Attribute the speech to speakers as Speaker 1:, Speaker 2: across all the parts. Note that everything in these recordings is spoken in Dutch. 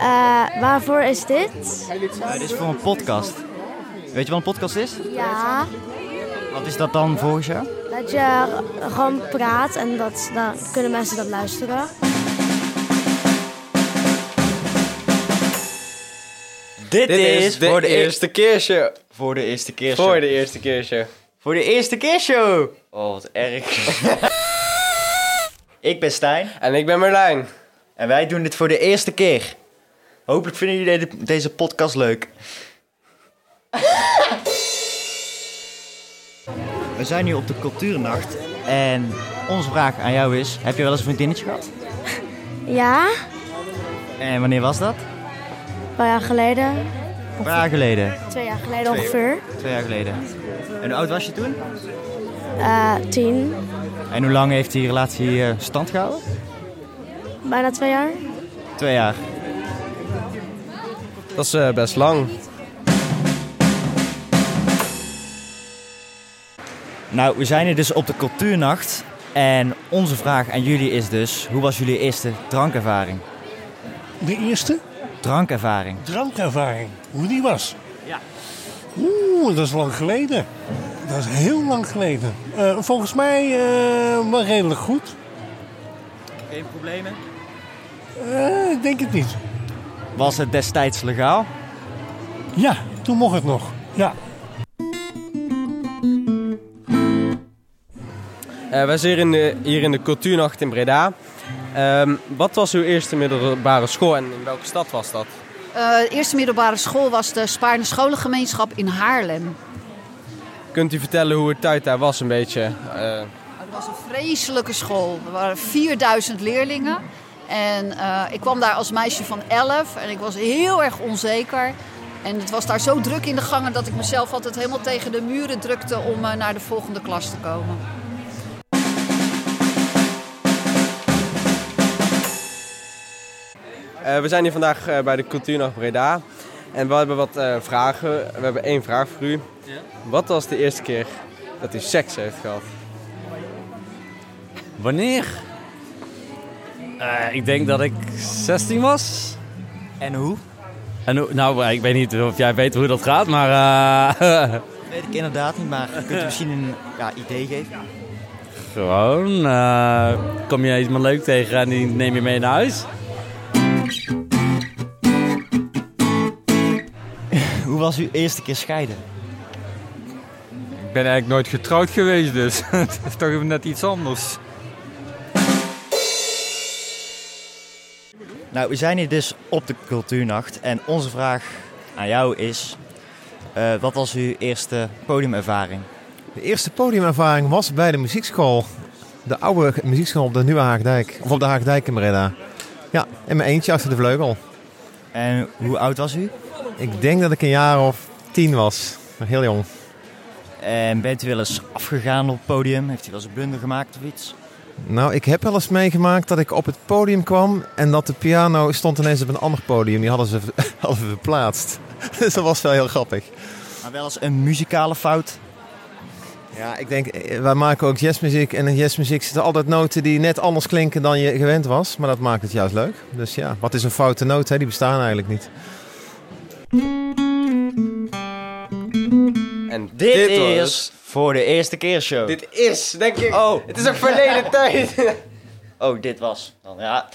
Speaker 1: Eh, waarvoor is dit?
Speaker 2: Eh, dit is voor een podcast. Weet je wat een podcast is?
Speaker 1: Ja,
Speaker 2: Wat is dat dan volgens jou?
Speaker 1: dat je gewoon praat en dat, dan kunnen mensen dat luisteren.
Speaker 2: Dit,
Speaker 3: Dit is de
Speaker 2: voor de eerste
Speaker 3: eerste keer show.
Speaker 2: voor de eerste keer show.
Speaker 3: Voor de eerste keer show.
Speaker 2: Voor de eerste keer show. Oh, wat erg. ik ben Stijn
Speaker 3: En ik ben Merlijn.
Speaker 2: en wij doen dit voor de eerste keer. Hopelijk vinden jullie de- deze podcast leuk. We zijn nu op de cultuurnacht en onze vraag aan jou is: heb je wel eens een vriendinnetje gehad?
Speaker 1: Ja,
Speaker 2: En wanneer was dat?
Speaker 1: een paar jaar geleden.
Speaker 2: Een paar jaar geleden.
Speaker 1: Twee jaar geleden ongeveer.
Speaker 2: Twee jaar geleden. En hoe oud was je toen?
Speaker 1: Eh, tien,
Speaker 2: En hoe lang heeft die relatie eh, stand gehouden?
Speaker 1: bijna twee jaar.
Speaker 2: Twee jaar.
Speaker 3: Dat is eh, best lang.
Speaker 2: Nou, we zijn hier dus op de cultuurnacht. En onze vraag aan jullie is dus: hoe was jullie eerste drankervaring?
Speaker 4: De eerste
Speaker 2: Drankervaring.
Speaker 4: drankervaring, hoe die was. Ja. Oeh, dat is lang geleden. Dat is heel lang geleden. Eh, volgens mij eh, wel redelijk goed.
Speaker 2: Geen problemen.
Speaker 4: Eh, ik denk het niet.
Speaker 2: Was het destijds legaal?
Speaker 4: Ja, toen mocht het nog. Ja.
Speaker 3: Eh, wij zijn hier in, de, hier in de cultuurnacht in Breda. Ehm, wat was uw eerste middelbare school en in welke stad was dat?
Speaker 5: Eh, de eerste middelbare school was de Spaarne Scholengemeenschap in Haarlem.
Speaker 3: Kunt u vertellen hoe het tijd daar was een beetje? Eh,
Speaker 5: Het was een vreselijke school. Er waren 4000 leerlingen. En eh, ik kwam daar als meisje van 11 en ik was heel erg onzeker. En het was daar zo druk in de gangen dat ik mezelf altijd helemaal tegen de muren drukte om eh, naar de volgende klas te komen.
Speaker 3: eh, we zijn hier vandaag eh, bij de cultuurnacht Breda. En we hebben wat eh, vragen. We hebben één vraag voor u. Wat was de eerste keer dat u seks heeft gehad?
Speaker 6: Wanneer? Eh, ik denk dat ik 16 was.
Speaker 2: En hoe?
Speaker 6: En hoe- nou, ik weet niet of jij weet hoe dat gaat, maar. eh,
Speaker 2: Weet ik inderdaad niet, maar kunt u misschien een ja, idee geven?
Speaker 6: gewoon. eh, kom je iemand leuk tegen en die neem je mee naar huis?
Speaker 2: Hoe was uw eerste keer scheiden?
Speaker 7: Ik ben eigenlijk nooit getrouwd geweest, dus het is toch even net iets anders.
Speaker 2: Nou, we zijn hier dus op de cultuurnacht. En onze vraag aan jou is: eh, wat was uw eerste podiumervaring?
Speaker 8: De eerste podiumervaring was bij de muziekschool. De oude muziekschool op de Nieuwe Haagdijk. Of op de Haagdijk in Breda. Ja, in mijn eentje achter de vleugel.
Speaker 2: En hoe oud was u?
Speaker 8: Ik denk dat ik een jaar of tien was. Nog heel jong.
Speaker 2: En bent u wel eens afgegaan op het podium? Heeft u wel eens een blunder gemaakt of iets?
Speaker 8: Nou, ik heb wel eens meegemaakt dat ik op het podium kwam... en dat de piano stond ineens op een ander podium. Die hadden ze, hadden we verplaatst. Dus dat was wel heel grappig.
Speaker 2: Maar wel eens een muzikale fout?
Speaker 8: Ja, ik denk, eh, wij maken ook jazzmuziek. En in jazzmuziek zitten altijd noten die net anders klinken dan je gewend was. Maar dat maakt het juist leuk. Dus ja, wat is een foute noot? Hè? Die bestaan eigenlijk niet.
Speaker 3: En
Speaker 2: Dit, is
Speaker 3: was-
Speaker 2: voor de eerste keer show.
Speaker 3: Dit is, denk ik.
Speaker 2: Oh.
Speaker 3: Het is een verleden tijd.
Speaker 2: Oh, dit was. Dan, ja.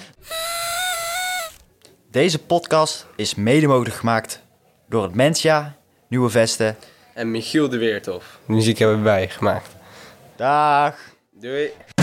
Speaker 2: Deze podcast is mede mogelijk gemaakt door het Mensia, Nieuwe Vesten.
Speaker 3: En Michiel de Weerthof. De muziek hebben wij gemaakt.
Speaker 2: Dag.
Speaker 3: Doei.